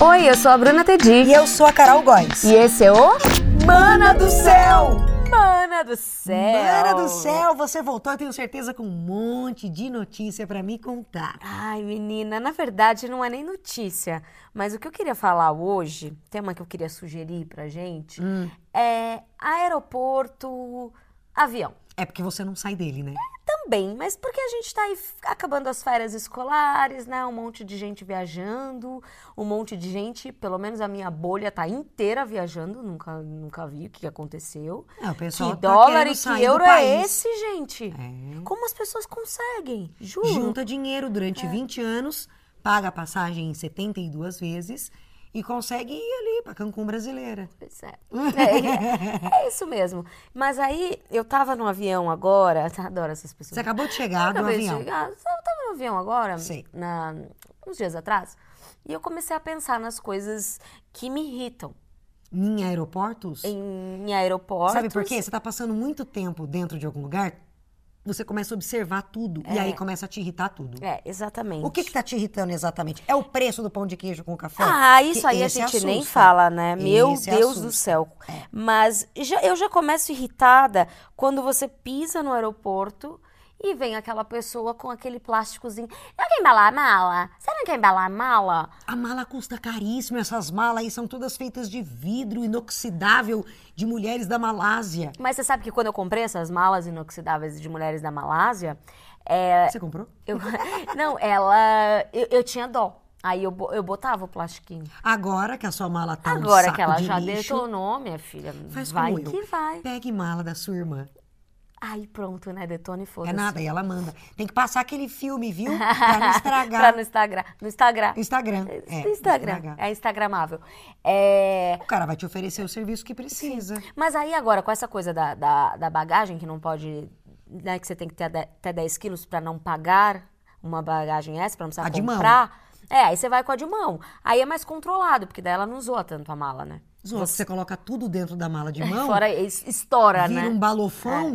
Oi, eu sou a Bruna Tedi. E eu sou a Carol Góes. E esse é o Mana do Céu! Mana do Céu. Mana do Céu, você voltou, eu tenho certeza, com um monte de notícia pra me contar. Ai, menina, na verdade não é nem notícia, mas o que eu queria falar hoje, tema que eu queria sugerir pra gente, Hum. é aeroporto, avião. É porque você não sai dele, né? Também, mas porque a gente tá aí f- acabando as férias escolares, né? Um monte de gente viajando, um monte de gente, pelo menos a minha bolha tá inteira viajando, nunca, nunca vi o que aconteceu. É, o Que pessoal tá dólar querendo e que sair do euro é país. esse, gente? É. Como as pessoas conseguem? Juro. Junta dinheiro É. durante 20 anos, paga a passagem em 72 vezes e consegue ir ali pra Cancún brasileira. Pois é. É, é isso mesmo. Mas aí, eu tava no avião agora, adoro essas pessoas. Você acabou de chegar do Acabei de avião. chegar. Eu tava no avião agora, Sim. na- uns dias atrás, e eu comecei a pensar nas coisas que me irritam Em aeroportos? em aeroportos. Sabe por quê? Você tá passando muito tempo dentro de algum lugar, você começa a observar tudo e aí começa a te irritar tudo. É, exatamente. O que que tá te irritando exatamente? É o preço do pão de queijo com café? Ah, isso Que aí a esse tá. gente nem assusta. fala, né? Meu Esse é Deus do assusta. É. céu. Mas já- eu já começo irritada quando você pisa no aeroporto e vem aquela pessoa com aquele plásticozinho. Não quer embalar a mala? Você não quer embalar a mala? A mala custa caríssimo, essas malas aí são todas feitas de vidro inoxidável de mulheres da Malásia. Mas você sabe que quando eu comprei essas malas inoxidáveis de mulheres da Malásia, é, Você comprou? eu- não, ela, eu, eu tinha dó. Aí eu, bo- eu botava o plastiquinho. Agora que a sua mala tá um Agora saco que ela de já né? lixo, detonou, minha filha, faz vai como eu. que vai. Pegue mala da sua irmã. Aí pronto, né? Detona e É foda-se. nada, e ela manda. Tem que passar aquele filme, viu? Pra não Pra estragar. no Instagram. No Instagram. Instagram. É, Instagram. estragar. É instagramável. É, O cara vai te oferecer o serviço que precisa. Mas aí agora, com essa coisa da, da, da bagagem, que não pode... Né, que você tem que ter de- até 10 quilos pra não pagar uma bagagem essa, pra não precisar A de mão. comprar. É, aí você vai com a de mão. Aí é mais controlado, porque daí ela não zoa tanto a mala, né? Você... você coloca tudo dentro da mala de mão, Fora, es- estoura, vira né? um balofão.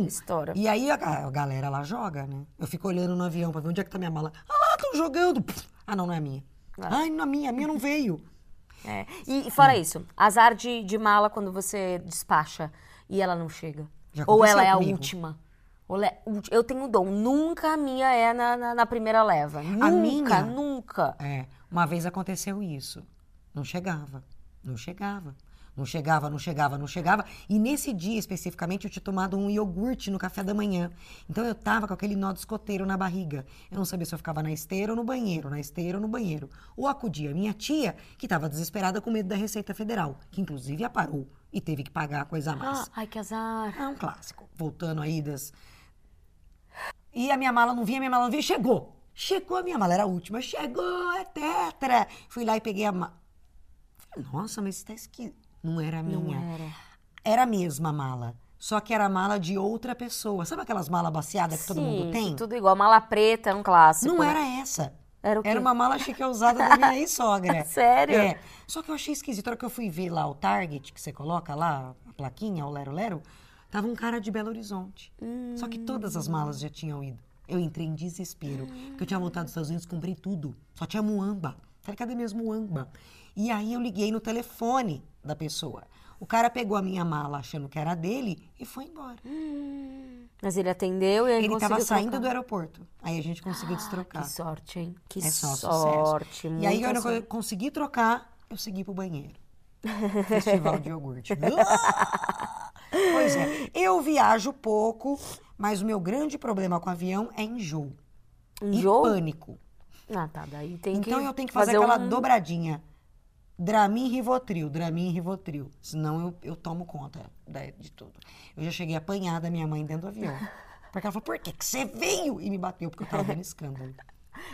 É, estoura. E aí a, ga- a galera lá joga, né? Eu fico olhando no avião pra ver onde é que tá minha mala. Ah lá, estão jogando. Pff, Ah, não, não é a minha. Ai, não é a minha, a minha não veio. É. E, e Hum. fora isso, azar de, de mala quando você despacha e ela não chega. Já Ou ela é a aconteceu comigo. última. Ou ela é ulti- Eu tenho dom. Nunca a minha é na, na, na primeira leva. Nunca, minha? nunca. É, uma vez aconteceu isso. Não chegava, não chegava, não chegava, não chegava, não chegava. E nesse dia especificamente eu tinha tomado um iogurte no café da manhã. Então eu tava com aquele nó de escoteiro na barriga. Eu não sabia se eu ficava na esteira ou no banheiro, na esteira ou no banheiro. Ou acudia minha tia, que estava desesperada com medo da Receita Federal, que inclusive a parou e teve que pagar a coisa a mais. Ah, ai, que azar. É um clássico. Voltando aí das. E a minha mala não vinha, a minha mala não vinha, chegou. Chegou a minha mala, era a última. Chegou, é tetra. Fui lá e peguei a mala. Nossa, mas isso tá esquisito. Não era a minha. É Não era. Era a mesma mala. Só que era a mala de outra pessoa. Sabe aquelas malas baciadas que todo mundo Sim, tem? Tudo igual. Mala preta é um clássico. Não né? era essa. Era o quê? Era uma mala chique usada da minha ex-sogra. Sério? É. Só que eu achei esquisito. A hora que eu fui ver lá o Target, que você coloca lá, a plaquinha, o Lero Lero, tava um cara de Belo Horizonte. Só que todas as malas já tinham ido. Eu entrei em desespero. Porque eu tinha voltado dos Estados Unidos, comprei tudo. Só tinha muamba. Falei, cadê mesmo muamba? E aí eu liguei no telefone da pessoa. O cara pegou a minha mala achando que era dele e foi embora. Mas ele atendeu e aí Ele Hum, conseguiu tava saindo trocar. Ah, do aeroporto. Aí a gente conseguiu destrocar. Que sorte, hein? Que É só sorte. sucesso. E aí, muita quando sorte. eu consegui trocar, eu segui pro banheiro. Festival de iogurte. Ah! pois é. Eu viajo pouco, mas o meu grande problema com avião é enjoo. Enjoo? E pânico. Um Ah, tá. Daí tem que um então eu tenho que fazer, aquela dobradinha. Dramin Rivotril, Dramin Rivotril. Senão eu, eu tomo conta da- de tudo. Eu já cheguei apanhada minha mãe dentro do avião. Porque ela falou, por que, que você veio? E me bateu, porque eu tava vendo escândalo.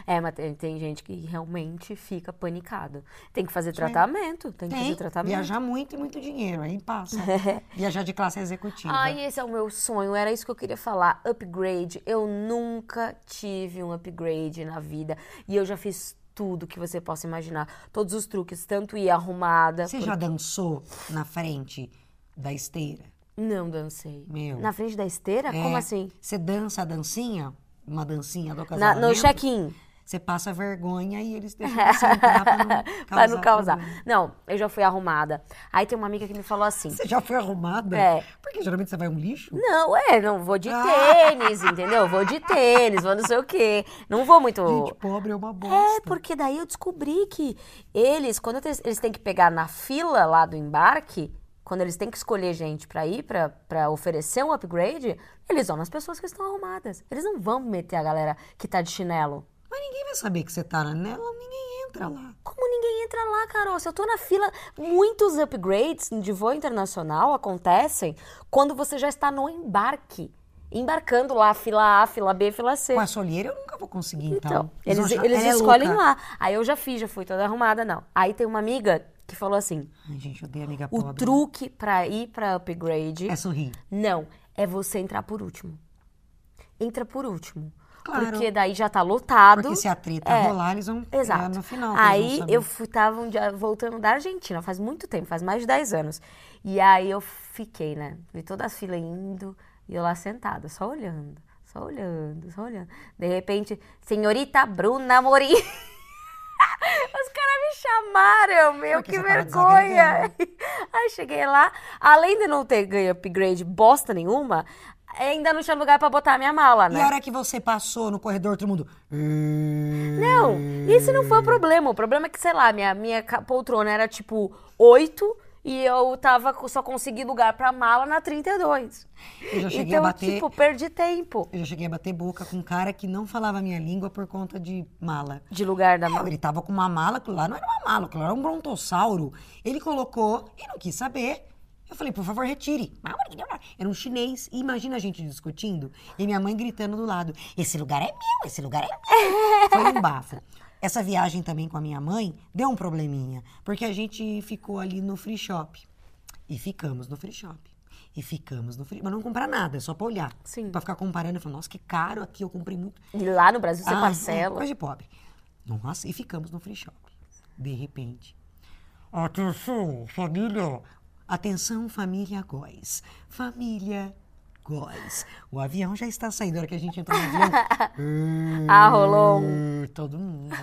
É, mas tem, tem gente que realmente fica panicado. Tem que fazer tratamento, tem que Tem. fazer tratamento. Né? Viajar muito e muito dinheiro, aí passa. Viajar de classe executiva. Ai, esse é o meu sonho, era isso que eu queria falar. Upgrade. Eu nunca tive um upgrade na vida. E eu já fiz tudo que você possa imaginar. Todos os truques, tanto ir arrumada. Você por- já dançou na frente da esteira? Não dancei. Meu. Na frente da esteira? Como É. assim? Você dança a dancinha? Uma dancinha do Na- casamento? no check-in. Você passa vergonha e eles deixam você entrar pra não causar. Pra não causar. problema. Não, eu já fui arrumada. Aí tem uma amiga que me falou assim. Você já foi arrumada? É. Porque geralmente você vai um lixo. Não, é, não vou de Ah. tênis, entendeu? Vou de tênis, vou não sei o quê. Não vou muito. Gente pobre é uma É, bosta. porque daí eu descobri que eles, quando eles, eles têm que pegar na fila lá do embarque, quando eles têm que escolher gente pra ir, pra, pra oferecer um upgrade, eles vão nas pessoas que estão arrumadas. Eles não vão meter a galera que tá de chinelo. Mas ninguém vai saber que você tá nela, ninguém entra lá. Como ninguém entra lá, Carol? Se eu tô na fila, muitos upgrades de voo internacional acontecem quando você já está no embarque. Embarcando lá, fila A, fila B, fila C. Com a solheira eu nunca vou conseguir, então. Então, Eles vão eles, achar- eles ela é escolhem louca. lá. Aí eu já fiz, já fui toda arrumada, não. Aí tem uma amiga que falou assim: Ai, gente, eu dei amiga o pobre. truque pra ir pra upgrade, É sorrir. não, é você entrar por último. Entra por último. Claro. Porque daí já tá lotado. Porque se a treta É. rolar, eles vão é Exato. no final. que eles aí vão saber. eu fui, tava um dia voltando da Argentina, faz muito tempo, faz mais de 10 anos. E aí eu fiquei, né? Vi toda a fila indo e eu lá sentada, só olhando, só olhando, só olhando. De repente, senhorita Bruna Morim. Os caras me chamaram, meu, Porque que você tava vergonha. é? Aí cheguei lá, além de não ter ganho upgrade bosta nenhuma, ainda não tinha lugar pra botar a minha mala, E né? a hora que você passou no corredor, todo mundo. "Hum". Não, esse não foi o problema. O problema é que, sei lá, minha, minha ca- poltrona era tipo 8 e eu tava, co- só consegui lugar pra mala na 32. Eu já cheguei então, a bater. tipo, perdi tempo Eu já cheguei a bater boca com um cara que não falava a minha língua por conta de mala. de lugar da Não, mala. ele tava com uma mala, aquilo lá não era uma mala, aquilo lá era um brontossauro. Ele colocou e não quis saber. Eu falei, por favor, retire. Era um chinês. E imagina a gente discutindo e minha mãe gritando do lado: Esse lugar é meu, esse lugar é meu. Foi um bafo. Essa viagem também com a minha mãe deu um probleminha, porque a gente ficou ali no free shop. E ficamos no free shop. E ficamos no free Mas não comprar nada, é só pra olhar. Sim. Pra ficar comparando e falar: Nossa, que caro aqui, eu comprei muito. E lá no Brasil você Ah, parcela. Coisa de pobre. Nossa, e ficamos no free shop. De repente. Atenção, família! Atenção, família Góes. Família Góes. O avião já está saindo. A hora que a gente entrou no avião. Ah, rolou um. "Hum", Todo mundo.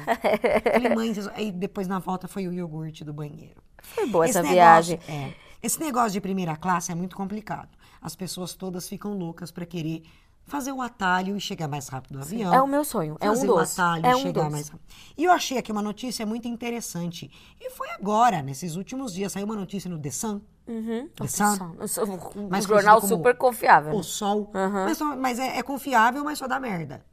Falei, mãe, vocês- aí depois na volta foi o iogurte do banheiro. Foi boa essa negócio- viagem. é, esse negócio de primeira classe é muito complicado. As pessoas todas ficam loucas para querer fazer o atalho e chegar mais rápido no avião É o meu sonho. É um fazer doce. um atalho, é um chegar doce. mais rápido. E eu achei aqui uma notícia muito interessante. E foi agora, nesses últimos dias, saiu uma notícia no The Sun, Uhum. The Sun, Eu sou um Mais jornal conhecido como super confiável. né? O Sol. Aham. Mas, só- mas é, é confiável, mas só dá merda.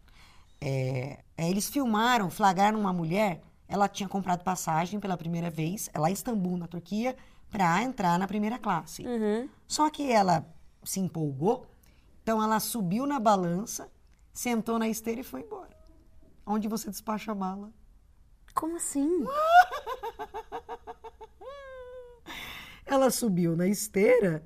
É, é, eles filmaram, flagraram uma mulher, ela tinha comprado passagem pela primeira vez, é lá em Istambul, na Turquia, para entrar na primeira classe. Uhum. Só que ela se empolgou, então ela subiu na balança, sentou na esteira e foi embora. Onde você despacha a mala? Como assim? Ela subiu na esteira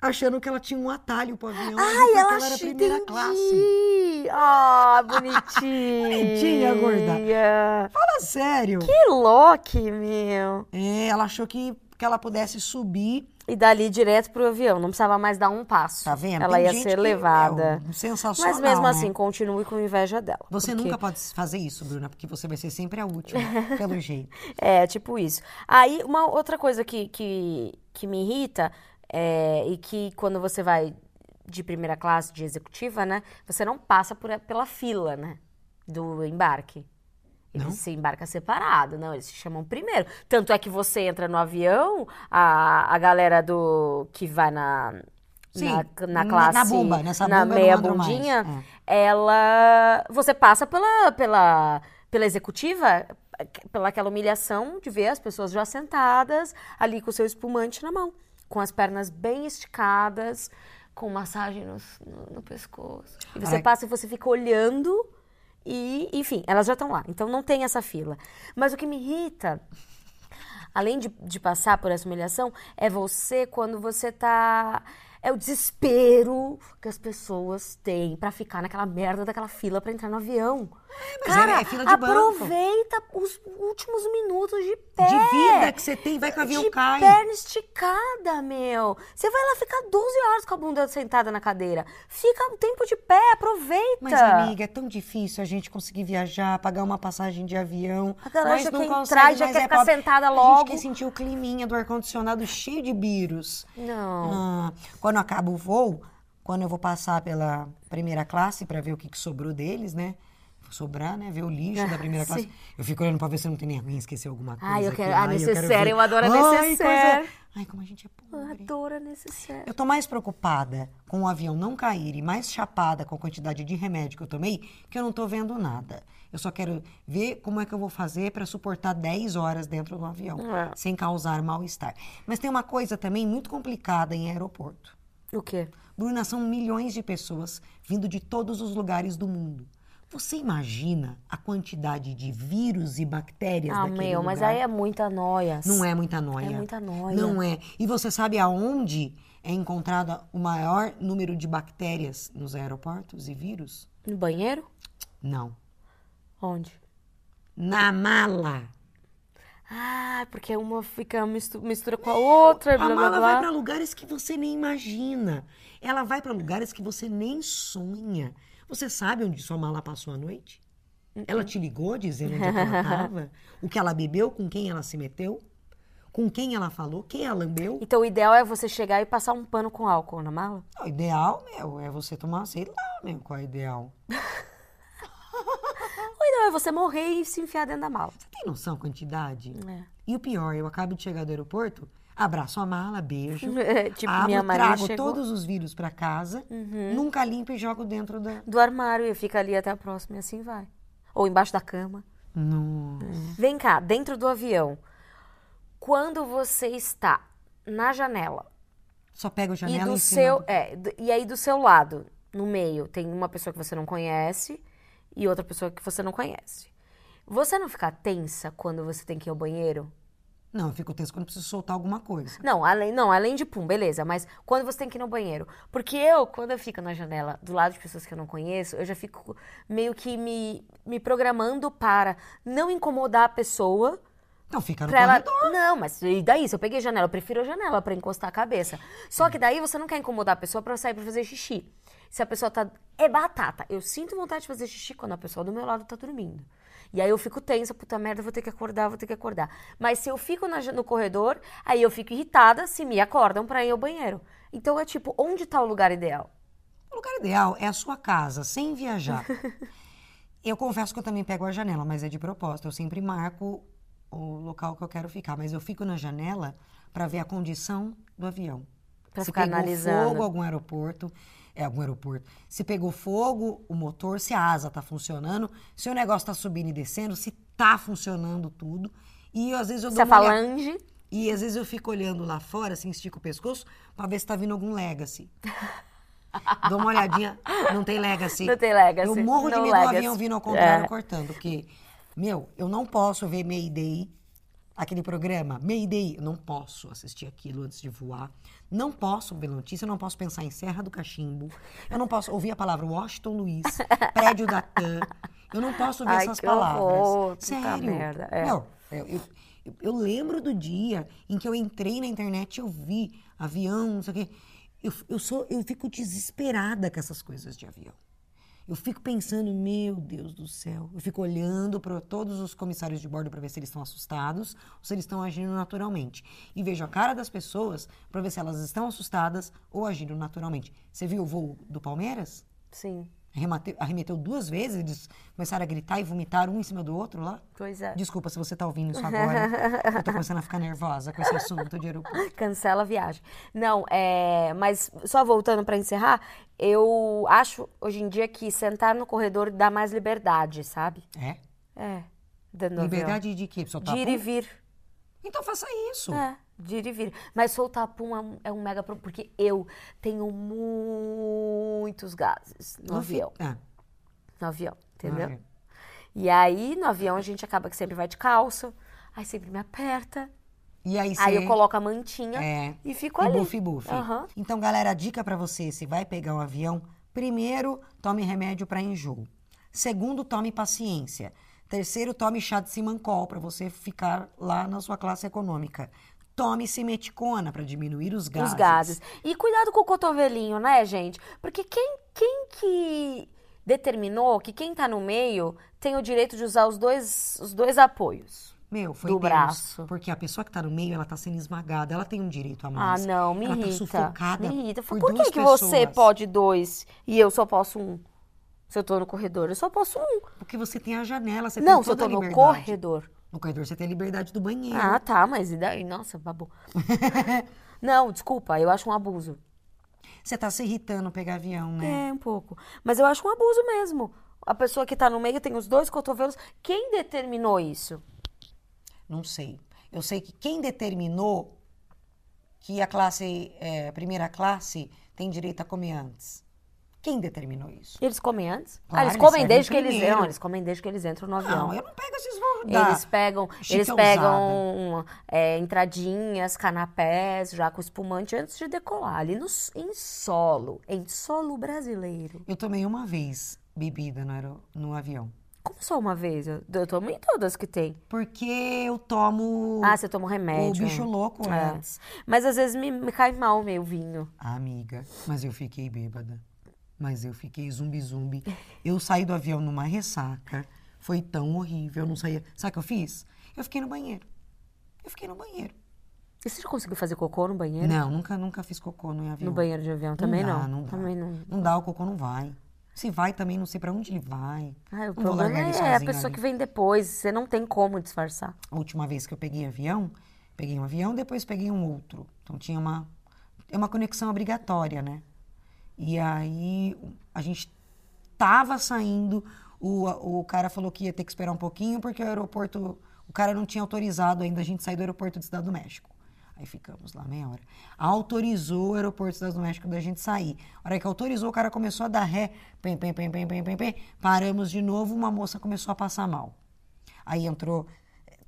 achando que ela tinha um atalho pro avião. Ai, porque ela ela era achou- primeira entendi. classe. Ah, bonitinha. Bonitinha, gorda. Fala Tá sério. Que Loki, meu. É, ela achou que, que ela pudesse subir, E dali direto pro avião, não precisava mais dar um passo. tá vendo? Ela Tem ia gente ser que, levada. meu, sensacional, Mas mesmo né? assim, continue com inveja dela. Você porque nunca pode fazer isso, Bruna, porque você vai ser sempre a última, pelo jeito. É, tipo isso. Aí, uma outra coisa que, que, que me irrita é, e que quando você vai de primeira classe, de executiva, né? Você não passa por, pela fila, né? Do embarque. Eles Não? se embarcam separado, não, eles se chamam primeiro. Tanto é que você entra no avião, a, a galera do que vai na, Sim, na, na na- classe, na bomba, nessa na bomba eu não meia entro mais, bundinha, é. ela você passa pela pela pela executiva pela aquela humilhação de ver as pessoas já sentadas ali com o seu espumante na mão com as pernas bem esticadas com massagem no, no, no pescoço e você Ai. passa e você fica olhando e enfim elas já estão lá então não tem essa fila mas o que me irrita além de, de passar por essa humilhação, é você quando você tá. É o desespero que as pessoas têm pra ficar naquela merda daquela fila pra entrar no avião. mas Cara, é, é fila de banco. aproveita os últimos minutos de pé. De vida que você tem, vai que o avião É, de cai. perna esticada, meu. Você vai lá ficar 12 horas com a bunda sentada na cadeira. Fica um tempo de pé, aproveita. Mas, amiga, é tão difícil a gente conseguir viajar, pagar uma passagem de avião. A galera Mas já não quer consegue, entrar, já mas quer é ficar pobre. sentada A logo. gente quer sentir o climinha do ar-condicionado cheio de vírus. Não. Ah, quando acaba o voo, quando eu vou passar pela primeira classe pra ver o que, que sobrou deles, né? Vou sobrar, né? Ver o lixo da primeira classe. Sim. Eu fico olhando pra ver se não tem nem alguém esqueceu alguma coisa. Ai, eu quero- aqui. a eu quero necessaire, ver. eu adoro a Ai, necessaire. coisa- Ai, como a gente é Eu pobre. adoro a necessaire. Eu tô mais preocupada com o avião não cair e mais chapada com a quantidade de remédio que eu tomei, que eu não tô vendo nada. Eu só quero ver como é que eu vou fazer pra suportar 10 horas dentro do avião, É. sem causar mal-estar. Mas tem uma coisa também muito complicada em aeroporto. O quê? Bruna, são milhões de pessoas vindo de todos os lugares do mundo. Você imagina a quantidade de vírus e bactérias Ah, naquele meu, lugar? mas aí é muita noia. Não é muita noia. É muita noia. Não é. E você sabe aonde é encontrado o maior número de bactérias nos aeroportos e vírus? No banheiro? Não. Onde? Na mala. Ah, porque uma fica mistu- mistura com a outra, blá a blá mala vai para blá. lugares que você nem imagina. Ela vai para lugares que você nem sonha. Você sabe onde sua mala passou a noite? Ela te ligou dizendo onde é que ela estava? o que ela bebeu? Com quem ela se meteu? Com quem ela falou? Quem ela lambeu? Então o ideal é você chegar e passar um pano com álcool na mala? O ideal, meu, é você tomar, sei lá, meu, qual é o ideal. Ou ideal é você morrer e se enfiar dentro da mala? Você tem noção da quantidade? É. E o pior, eu acabo de chegar do aeroporto, abraço a mala, beijo, tipo, abro, minha Maria trago chegou Uhum. todos os vírus pra casa, nunca limpo e jogo dentro da... do armário e fica ali até a próxima e assim vai. Ou embaixo da cama. Nossa. Vem cá, dentro do avião. Quando você está na janela Só pego a e janela do em cima seu, do- é, do- e aí do seu lado, no meio, tem uma pessoa que você não conhece e outra pessoa que você não conhece. Você não fica tensa quando você tem que ir ao banheiro? Não, eu fico tenso quando preciso soltar alguma coisa. Não, além, não, além de pum, beleza, mas quando você tem que ir no banheiro. Porque eu, quando eu fico na janela do lado de pessoas que eu não conheço, eu já fico meio que me, me programando para não incomodar a pessoa. Então fica no Pra ela... corredor. Não, mas e daí? Se eu peguei a janela, eu prefiro a janela pra encostar a cabeça. Só Hum. que daí você não quer incomodar a pessoa pra sair pra fazer xixi. Se a pessoa tá. É batata. Eu sinto vontade de fazer xixi quando a pessoa do meu lado tá dormindo. E aí eu fico tensa, puta merda, vou ter que acordar, vou ter que acordar. Mas se eu fico na ja- no corredor, aí eu fico irritada se me acordam pra ir ao banheiro. Então é tipo, onde tá o lugar ideal? O lugar ideal é a sua casa, sem viajar. eu confesso que eu também pego a janela, mas é de propósito. Eu sempre marco o local que eu quero ficar, mas eu fico na janela para ver a condição do avião. Pra se ficar pegou analisando. fogo algum aeroporto, é algum aeroporto. Se pegou fogo, o motor, se a asa tá funcionando, se o negócio tá subindo e descendo, se tá funcionando tudo. E às vezes eu Se dou a uma olhada- falange. e às vezes eu fico olhando lá fora, assim, estico o pescoço, pra ver se tá vindo algum legacy. Dou uma olhadinha, não tem legacy. Não tem legacy, Eu morro de no medo do legacy. avião vindo ao contrário, É. cortando, porque, meu, eu não posso ver Mayday, aquele programa, Mayday, eu não posso assistir aquilo antes de voar, não posso ver notícia, eu não posso pensar em Serra do Cachimbo, eu não posso ouvir a palavra Washington Luiz, prédio da TAM, eu não posso ouvir Ai, essas que palavras. horror, puta Sério. merda, é. Não, eu, eu- eu- eu lembro do dia em que eu entrei na internet e eu vi avião, não sei o quê. Eu, eu, sou, eu fico desesperada com essas coisas de avião. Eu fico pensando, meu Deus do céu. Eu fico olhando para todos os comissários de bordo para ver se eles estão assustados ou se eles estão agindo naturalmente. E vejo a cara das pessoas para ver se elas estão assustadas ou agindo naturalmente. Você viu o voo do Palmeiras? Sim, Arremateu, arremeteu duas vezes, eles começaram a gritar e vomitar um em cima do outro lá. pois é. Desculpa se você tá ouvindo isso agora. eu tô começando a ficar nervosa com esse assunto de aeroporto. Cancela a viagem. Não, é, mas só voltando para encerrar, eu acho hoje em dia que sentar no corredor dá mais liberdade, sabe? É? É, dentro do avião. Liberdade de quê? Pra soltar De ir e pum? vir. Então faça isso. É, de ir e vir. Mas soltar pum é um, é um mega problema, porque eu tenho muitos gases no Não fi- avião. É, No avião, entendeu? avião. E aí, no avião, a gente acaba que sempre vai de calça, aí sempre me aperta, E aí você... aí eu coloco a mantinha É. e fico E ali. buff, buff. Aham. Então, galera, a dica pra você, se vai pegar um avião, primeiro tome remédio pra enjoo. Segundo, tome paciência. Terceiro, tome chá de simancol para você ficar lá na sua classe econômica. Tome simeticona para diminuir os gases. Os gases. E cuidado com o cotovelinho, né, gente? Porque quem, quem que determinou que quem tá no meio tem o direito de usar os dois, os dois apoios? Meu, foi Do Deus. braço. Porque a pessoa que tá no meio, ela tá sendo esmagada, ela tem um direito a Ah, mais. não, me ela tá irrita. sufocada me irrita. Eu falo, por Por, duas que, que você pessoas. pode dois e eu só posso um? Se eu tô no corredor, eu só posso um. Porque você tem a janela, você não, tem se eu toda tô a no liberdade. corredor. No corredor você tem a liberdade do banheiro. Ah, tá, mas e daí? Nossa, babou. não, desculpa, eu acho um abuso. Você tá se irritando pegar avião, né? É, um pouco. Mas eu acho um abuso mesmo. A pessoa que tá no meio tem os dois cotovelos. Quem determinou isso? Não sei. Eu sei que quem determinou que a classe, é, a primeira classe, tem direito a comer antes? Quem determinou isso? Eles comem antes? Claro, ah, eles eles comem servem desde que eles. primeiro. Não, eles comem desde que eles entram no avião. Não, é eu não pego esses voos da- Eles pegam, Chique eles é pegam é, entradinhas, canapés, já com espumante antes de decolar, ali no, s- em solo, em solo brasileiro. Eu tomei uma vez bebida no, aero- no avião. Como só uma vez? Eu, eu tomo em todas que tem. Porque eu tomo Ah, você toma um o remédio. bicho louco é. antes. Mas às vezes me, me cai mal o meu vinho. Amiga, mas eu fiquei bêbada. Mas eu fiquei zumbi-zumbi. Eu saí do avião numa ressaca. Foi tão horrível, eu não saía. Sabe o que eu fiz? Eu fiquei no banheiro. Eu fiquei no banheiro. E você já conseguiu fazer cocô no banheiro? Não, nunca, nunca fiz cocô no avião. No banheiro de avião também dá, não. não dá. Também não. Não dá, o cocô não vai. Se vai também, não sei pra onde ele vai. Ah, o Não vou problema largar ele é a sozinho pessoa ali. que vem depois. Você não tem como disfarçar. A última vez que eu peguei avião, peguei um avião, depois peguei um outro. Então tinha uma é uma conexão obrigatória, né? E aí a gente tava saindo, o, o cara falou que ia ter que esperar um pouquinho porque o aeroporto, o cara não tinha autorizado ainda a gente sair do aeroporto de Cidade do México. Aí ficamos lá meia hora. Autorizou o aeroporto de Cidade do México da gente sair. A hora que autorizou, o cara começou a dar ré, pem, pem, pem, pem, pem, pem, pem. Paramos de novo, uma moça começou a passar mal. Aí entrou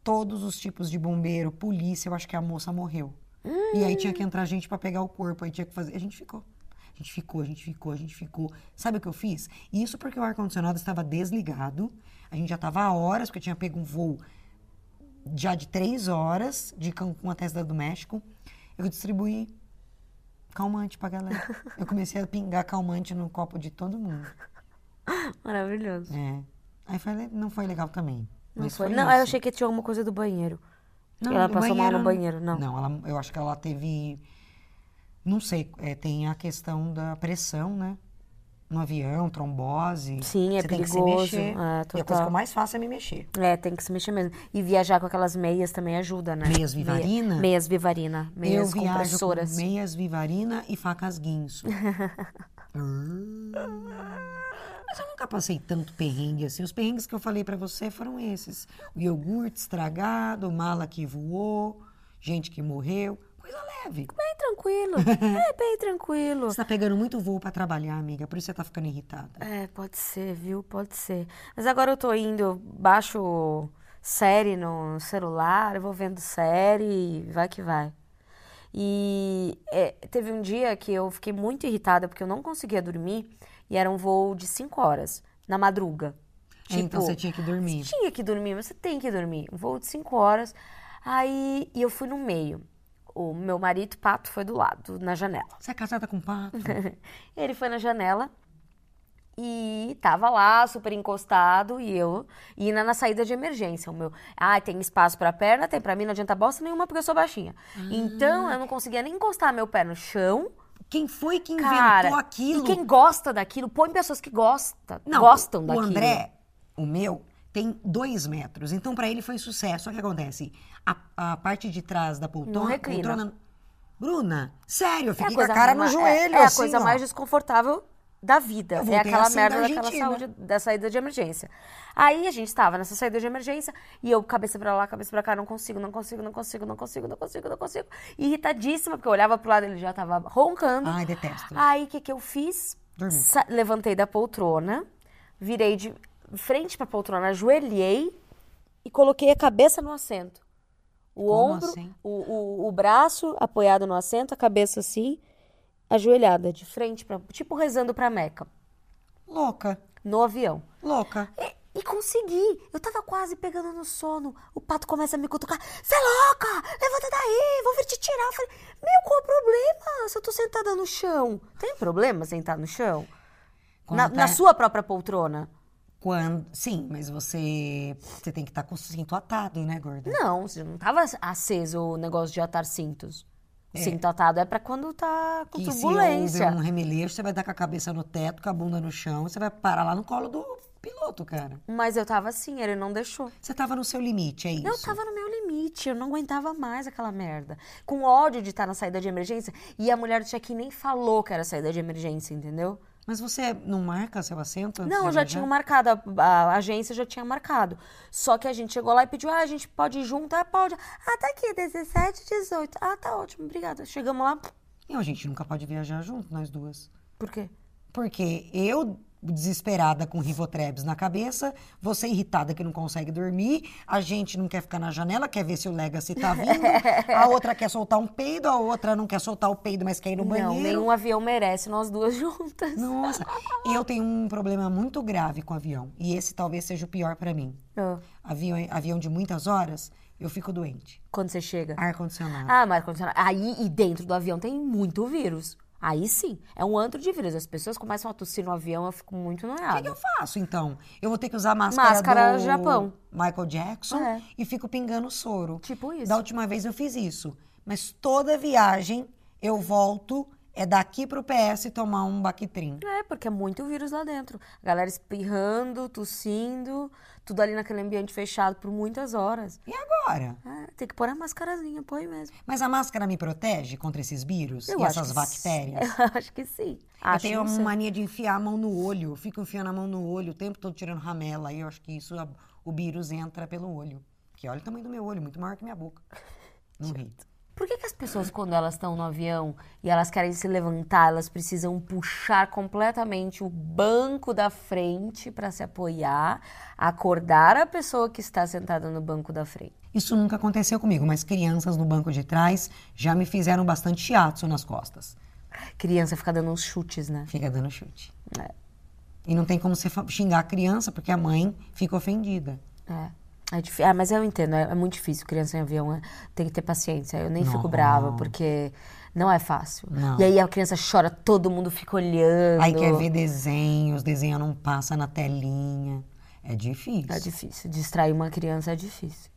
todos os tipos de bombeiro, polícia, eu acho que a moça morreu. E aí tinha que entrar gente pra pegar o corpo, aí tinha que fazer. A gente ficou. A gente ficou, a gente ficou, a gente ficou. Sabe o que eu fiz? Isso porque o ar-condicionado estava desligado. A gente já estava há horas, porque eu tinha pego um voo já de três horas de Cancún até a Cidade do México. Eu distribuí calmante pra galera. Eu comecei a pingar calmante no copo de todo mundo. Maravilhoso. É. Aí foi le- não foi legal também. Não, Mas foi. foi não isso. eu achei que tinha alguma coisa do banheiro. Não, ela no passou mal no banheiro, banheiro, não. Não, ela, eu acho que ela teve. Não sei, é, tem a questão da pressão, né? No avião, trombose. Sim, é Você Tem perigoso, que se mexer. é, E a coisa total. que eu mais faço é me mexer. É, tem que se mexer mesmo. E viajar com aquelas meias também ajuda, né? Meias vivarina? Meia- meias vivarina. eu Meias viajo compressoras. com meias vivarina e facas guinso. Hum. Mas eu nunca passei tanto perrengue assim. Os perrengues que eu falei pra você foram esses. O iogurte estragado, mala que voou, gente que morreu. Coisa leve. Bem tranquilo. é, bem tranquilo. Você tá pegando muito voo pra trabalhar, amiga. Por isso você tá ficando irritada. É, pode ser, viu? Pode ser. Mas agora eu tô indo, baixo série no celular, eu vou vendo série, e vai que vai. E é, teve um dia que eu fiquei muito irritada porque eu não conseguia dormir e era um voo de 5 horas, na madruga. É, então Tipo, você tinha que dormir. Você tinha que dormir, mas você tem que dormir. Um voo de 5 horas. Aí e eu fui no meio. O meu marido, pato, foi do lado, na janela. Você é casada com pato? Ele foi na janela e tava lá, super encostado, e eu indo na saída de emergência. O meu, ah, tem espaço pra perna, tem pra mim, não adianta bosta nenhuma porque eu sou baixinha. Ah. Então eu não conseguia nem encostar meu pé no chão. Quem foi que inventou Cara, aquilo? e quem gosta daquilo, põe pessoas que gostam, Não, gostam o daquilo. André, o meu, tem dois metros. Então, pra ele foi sucesso. Só que acontece? A, a parte de trás da poltrona... Não reclina. poltrona- Bruna, sério, eu É a fiquei com a coisa cara no mais- é- joelho, É, assim, a coisa ó. mais desconfortável da vida. Eu É voltei aquela assim da merda daquela Argentina. saúde, da saída de emergência. Aí a gente tava nessa saída de emergência e eu, cabeça pra lá, cabeça pra cá, não consigo, não consigo, não consigo, não consigo, não consigo, não consigo. Irritadíssima, porque eu olhava pro lado ele já tava roncando. Ai, detesto. Aí o que, que eu fiz? Dormiu. Sa- levantei da poltrona, virei de frente pra poltrona, ajoelhei e coloquei a cabeça no assento. O Como ombro, assim? o, o, o braço apoiado no assento, a cabeça assim, ajoelhada, de frente, pra, tipo rezando pra Meca. Louca, no avião. louca. E, É, e consegui. Eu tava quase pegando no sono. O pato começa a me cutucar. Você é louca? Levanta daí, vou vir te tirar. Eu falei, meu, qual o problema se eu tô sentada no chão? Tem problema sentar no chão? Quando na, tá- na sua própria poltrona? Quando... Sim, mas você, você tem que estar com o cinto atado, né, gorda? Não, você não tava aceso o negócio de atar cintos. Cinto atado é pra quando tá com Que se houver turbulência. um remelejo, você vai dar com a cabeça no teto, com a bunda no chão, você vai parar lá no colo do piloto, cara. Mas eu tava assim, ele não deixou. Você tava no seu limite, é isso? Eu tava no meu limite, eu não aguentava mais aquela merda. Com ódio de estar na saída de emergência e a mulher do check-in nem falou que era saída de emergência, entendeu? Mas você não marca seu assento? antes Não, de eu já viajar? tinha marcado, a, a agência já tinha marcado. Só que a gente chegou lá e pediu, ah, a gente pode ir junto? Ah, pode. Ah, tá aqui, 17, 18. Ah, tá ótimo, obrigada. Chegamos lá, E a gente nunca pode viajar junto, nós duas. por quê? Porque eu, desesperada com Rivotrebs na cabeça, você irritada que não consegue dormir, a gente não quer ficar na janela, quer ver se o Legacy tá vindo, a outra quer soltar um peido, a outra não quer soltar o peido, mas quer ir no Não, banheiro. nenhum avião merece nós duas juntas. Nossa, eu tenho um problema muito grave com avião. E esse talvez seja o pior pra mim. Ah, Avião, avião de muitas horas, eu fico doente. Quando você chega. Ar-condicionado. Ah, mas ar-condicionado. Aí e dentro do avião tem muito vírus. Aí sim, é um antro de vírus. As pessoas começam a tossir no avião, eu fico muito O que, que noiada. eu faço, então? Eu vou ter que usar a máscara, Máscara do Japão. Michael Jackson É. e fico pingando soro. Tipo isso. Da última vez eu fiz isso. Mas toda viagem eu volto, é daqui pro PS tomar um Bactrim. É, porque é muito vírus lá dentro. A galera espirrando, tossindo, tudo ali naquele ambiente fechado por muitas horas. E agora? Ah, tem que pôr a mascarazinha, põe mesmo. Mas a máscara me protege contra esses vírus Eu e acho essas que bactérias? s- Eu acho que sim. Acho eu tenho não sei. uma mania de enfiar a mão no olho. Eu fico enfiando a mão no olho o tempo todo, tirando ramela. E eu acho que isso, a- o vírus entra pelo olho. Porque olha o tamanho do meu olho, muito maior que minha boca. Não ri. Por que, que as pessoas, quando elas estão no avião e elas querem se levantar, elas precisam puxar completamente o banco da frente para se apoiar, acordar a pessoa que está sentada no banco da frente? Isso nunca aconteceu comigo, mas crianças no banco de trás já me fizeram bastante chiatsu nas costas. Criança fica dando uns chutes, né? Fica dando chute. É. E não tem como você fa- xingar a criança porque a mãe fica ofendida. É. É difí- Ah, mas eu entendo, é, é muito difícil criança em avião, é- tem que ter paciência. Eu nem fico Não. brava, porque não é fácil. Não. E aí a criança chora, todo mundo fica olhando. Aí quer ver desenhos, desenho não passa na telinha. É difícil. É difícil, distrair uma criança é difícil.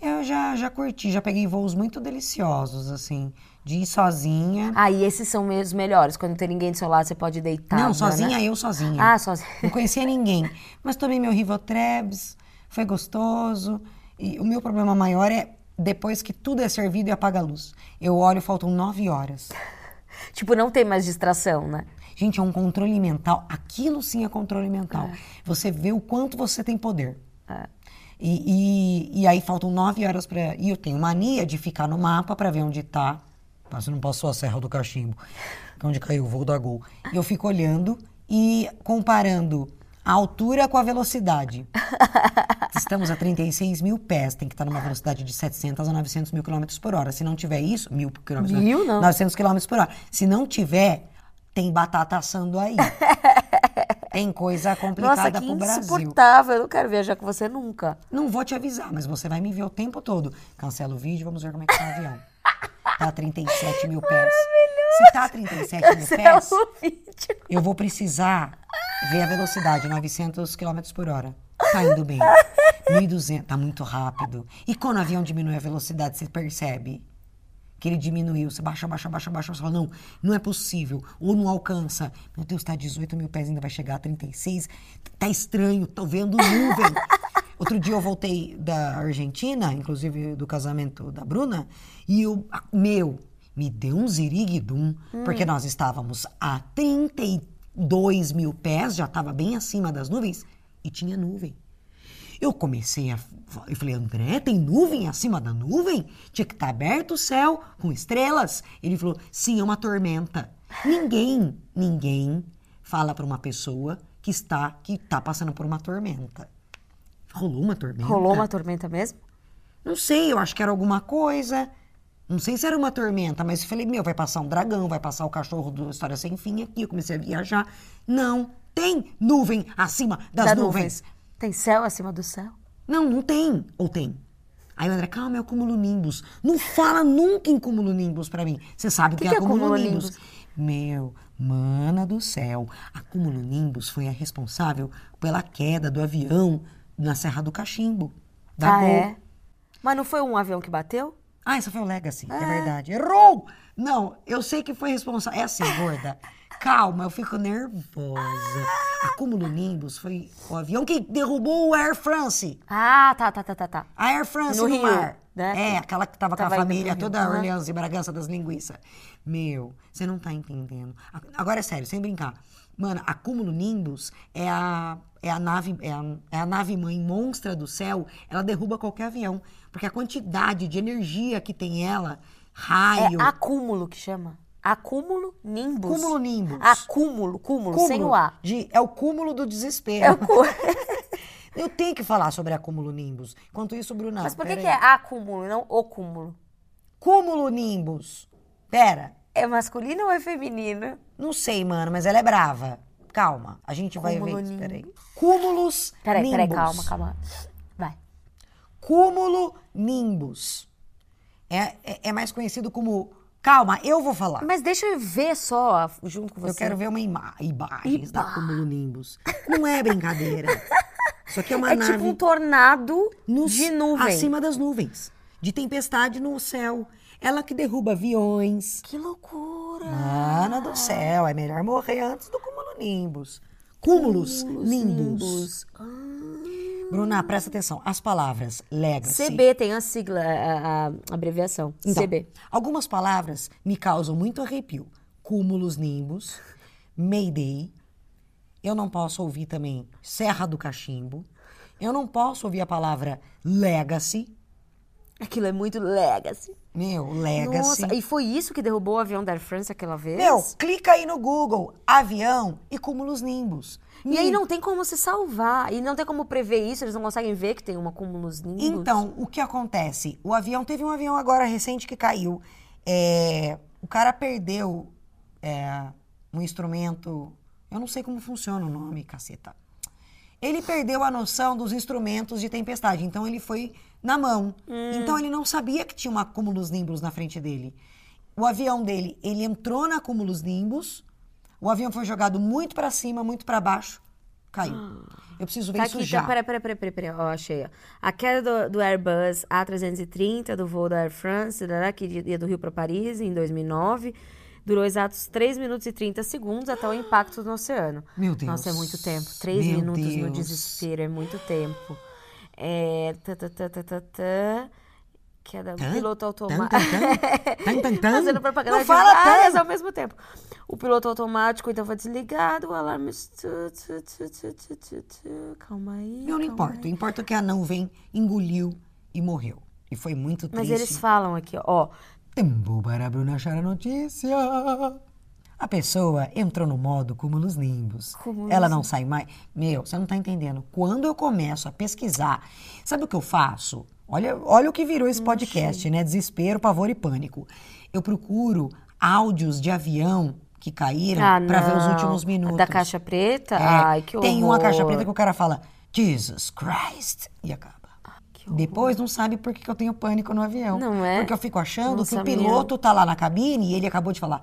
Eu já, já curti, já peguei voos muito deliciosos, assim, de ir sozinha. Aí esses são me- os melhores. Quando não tem ninguém do seu lado, você pode deitar. não, né? sozinha, eu sozinha. Ah, sozinha. Não conhecia ninguém. Mas tomei meu Rivotrebs, foi gostoso. E o meu problema maior é depois que tudo é servido e apaga a luz. Eu olho, faltam nove horas. Tipo, não tem mais distração, né? Gente, é um controle mental. Aquilo sim é controle mental. Ah. Você vê o quanto você tem poder. É. E, e- e aí faltam nove horas para. E eu tenho mania de ficar no mapa para ver onde tá. Mas você não passou a Serra do Cachimbo, que é onde caiu o voo da Gol. E eu fico olhando e comparando a altura com a velocidade. Estamos a 36 mil pés, tem que estar numa velocidade de 700 a 900 mil quilômetros por hora. Se não tiver isso, mil quilômetros por hora. Mil, não. 900 quilômetros por hora. Se não tiver, tem batata assando aí. tem coisa Nossa, complicada que pro Brasil. insuportável. Eu não quero viajar com você nunca. Não vou te avisar, mas você vai me ver o tempo todo. Cancela o vídeo, vamos ver como é que tá o avião. Tá a 37 mil pés. Se tá a 37 mil Cancela pés, o vídeo. eu vou precisar ver a velocidade, 900 km por hora. Tá indo bem. 1.200, tá muito rápido. E quando o avião diminui a velocidade, você percebe que ele diminuiu. Você baixa, baixa, baixa, baixa. Você fala, não, não é possível. Ou não alcança. Meu Deus, tá 18 mil pés, ainda vai chegar a 36. Tá estranho, tô vendo nuvem. Outro dia eu voltei da Argentina, inclusive do casamento da Bruna, e eu, ah, meu, me deu um ziriguidum, porque nós estávamos a 32 mil pés, já estava bem acima das nuvens, e tinha nuvem. Eu comecei a. fa- Eu falei, André, tem nuvem acima da nuvem? Tinha que estar aberto o céu, com estrelas. Ele falou, sim, é uma tormenta. Ninguém, ninguém fala para uma pessoa que está, que está passando por uma tormenta. Rolou uma tormenta? Rolou uma tormenta mesmo? Não sei, eu acho que era alguma coisa. Não sei se era uma tormenta, mas eu falei, meu, vai passar um dragão, vai passar o cachorro do História Sem Fim aqui. Eu comecei a viajar. Não, tem nuvem acima das Da nuvens. Tem céu acima do céu? Não, não tem. Ou tem? Aí o André, calma, é o cúmulo nimbus. Não fala nunca em cúmulo nimbus pra mim. Você sabe o Que que, que é é cúmulo cúmulo nimbus. Meu, mana do céu. A cúmulo nimbus foi a responsável pela queda do avião na Serra do Cachimbo. Da ah, Gol. é? Mas não foi um avião que bateu? Ah, essa foi o Legacy, é. É. verdade. Errou! Não, eu sei que foi responsável. É assim, gorda. Calma, eu fico nervosa. A Cúmulo Nimbus foi o avião que derrubou o Air France. Ah, tá, tá, tá, tá, tá. A Air France no, No Rio, mar. né? É, aquela que tava, Tava com a indo família pro Rio. toda, Aham. Orleans e Bragança das linguiças. Meu, você não tá entendendo. A- Agora é sério, sem brincar. Mano, a Cúmulo Nimbus é a, é a nave é a, é a nave mãe monstra do céu. Ela derruba qualquer avião. Porque a quantidade de energia que tem ela, raio, É acúmulo que chama. Acúmulo nimbus. Cúmulo Nimbus. Acúmulo, cúmulo, sem o A. de- é o cúmulo do desespero. É o cu... Eu tenho que falar sobre a Cúmulo Nimbus. Enquanto isso, Bruna. Mas por que, pera que aí. é acúmulo, não o cúmulo? Cúmulo Nimbus. Pera. É masculino ou é feminino? Não sei, mano, mas ela é brava. Calma, a gente vai Cúmulo ver isso. nimbus. Peraí. Cúmulos Peraí, nimbus. peraí, calma, calma. Vai. Cúmulo nimbus. É, é, é mais conhecido como. Calma, eu vou falar. Mas deixa eu ver só junto com você. Eu quero ver uma ima imagens Iba- da Cúmulo nimbus. Não é brincadeira. Isso aqui é uma É nave tipo um tornado nos- de nuvem. acima das nuvens, de tempestade no céu. Ela que derruba aviões. Que loucura! Mana do céu, é melhor morrer antes do cúmulo nimbus. Cúmulos, nimbus. Ah. Bruna, presta atenção. As palavras legacy. CB tem a sigla, a, a abreviação. Então, CB. Algumas palavras me causam muito arrepio. Cúmulos nimbus, Mayday. Eu não posso ouvir também Serra do Cachimbo. Eu não posso ouvir a palavra legacy. Aquilo é muito legacy. Meu, legacy. Nossa, e foi isso que derrubou o avião da Air France aquela vez? Meu, clica aí no Google, avião e cúmulos nimbus. E aí não tem como se salvar. E não tem como prever isso, eles não conseguem ver que tem um uma cúmulos nimbus. Então, o que acontece? O avião, teve um avião agora recente que caiu. É, o cara perdeu é, um instrumento. Eu não sei como funciona o nome, caceta. Ele perdeu a noção dos instrumentos de tempestade. Então ele foi na mão. Hum. Então ele não sabia que tinha um acúmulos nimbus na frente dele. O avião dele, ele entrou na acúmulos nimbus. O avião foi jogado muito para cima, muito para baixo. Caiu. Eu preciso ver Tá isso aqui, já. então, peraí, peraí, peraí, peraí, peraí, ó, achei, ó. A queda do, do Airbus A330, do voo da Air France, né, que ia do Rio para Paris, em 2009, durou exatos 3 minutos e 30 segundos até o impacto no oceano. Meu Deus. Nossa, é muito tempo. 3 Meu minutos no Deus. desespero, é muito tempo. É... Tá, tá, tá, tá, tá, tá. Queda do Tan, piloto Tan, automático. tan, tan. Tan, tan, tan. Fazendo propaganda Não de fala várias tan. ao mesmo tempo. O piloto automático então foi desligado, o alarme. tu, tu, tu, tu, tu, tu, tu. Calma aí. Eu calma não importo. aí. Importa que a nuvem engoliu e morreu. E foi muito Mas triste. eles falam aqui, ó. Tempo para a Bruna achar a notícia. A pessoa entrou no modo cúmulos nimbus. Cúmulos Ela não sai mais. Meu, você não tá entendendo. Quando eu começo a pesquisar, sabe o que eu faço? Olha, olha o que virou esse podcast, né? Desespero, pavor e pânico. Eu procuro áudios de avião que caíram Ah, para ver os não. últimos minutos. Da caixa preta? É, Ai, que horror. Tem uma caixa preta que o cara fala Jesus Christ e acaba. Ah, que horror. Depois não sabe por que que eu tenho pânico no avião. Não é? Porque eu fico achando Nossa, que meu. o piloto tá lá na cabine e ele acabou de falar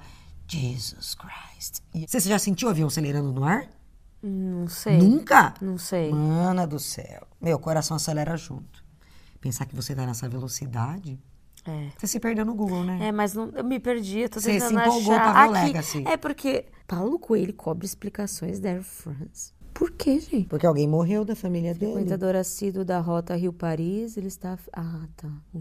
Jesus Christ. E- Você já sentiu o avião acelerando no ar? Não sei. Nunca? Não sei. Mana do céu. Meu coração acelera junto. Pensar que você tá nessa velocidade. É. Você se perdeu no Google, né? É, mas não, eu me perdi, eu tô Você se tentando empolgou achar. pra ver o Aqui. Legacy. É porque Paulo Coelho cobra explicações da Air France. Por quê, gente? Porque alguém morreu da família dele. Frequentador assíduo da rota Rio-Paris, ele está... Ah, tá. O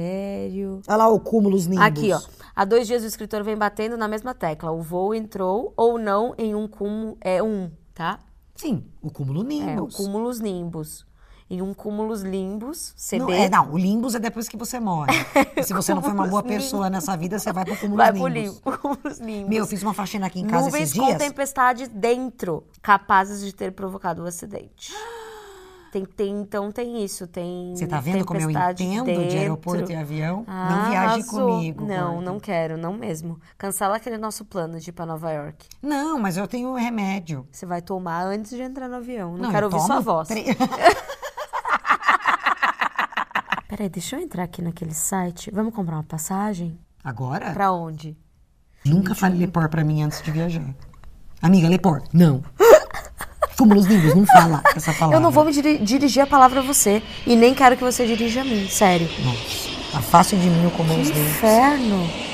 mistério... Olha lá o cúmulos nimbus. Aqui, ó. Há dois dias o escritor vem batendo na mesma tecla. O voo entrou ou não em um cúmulo... É um, tá? Sim, o cúmulo nimbus. É, o cúmulos nimbus. Em um cúmulos limbus, CB, Não, é, não, o limbus é depois que você morre. E se você não foi uma boa Cúmulos pessoa nessa vida, você vai pro cúmulo assim? vai pro limbus. limbo. Cúmulos limbus. Meu, eu fiz uma faxina aqui em casa Nuvens esses com dias. tempestade dentro, capazes de ter provocado o acidente. Tem, tem, então tem isso, tem Você tá vendo como eu tempestade entendo de dentro. aeroporto e avião? Ah, não viaje arrasou. comigo. Não, gordo. não quero, não mesmo. Cancela aquele nosso plano de ir pra Nova York. Não, mas eu tenho remédio. Você vai tomar antes de entrar no avião. Não, eu quero ouvir sua tomo voz. tre- Ah, Peraí, deixa eu entrar aqui naquele site. Vamos comprar uma passagem? Agora? Pra né? onde? Nunca fale lepor pra mim antes de viajar. Amiga, lepor. Não. Cúmulos lindos, não fala essa palavra. Eu não vou me diri- dirigir a palavra a você. E nem quero que você dirija a mim, sério. Nossa, afaste tá de mim o cúmulos Que lindos. inferno!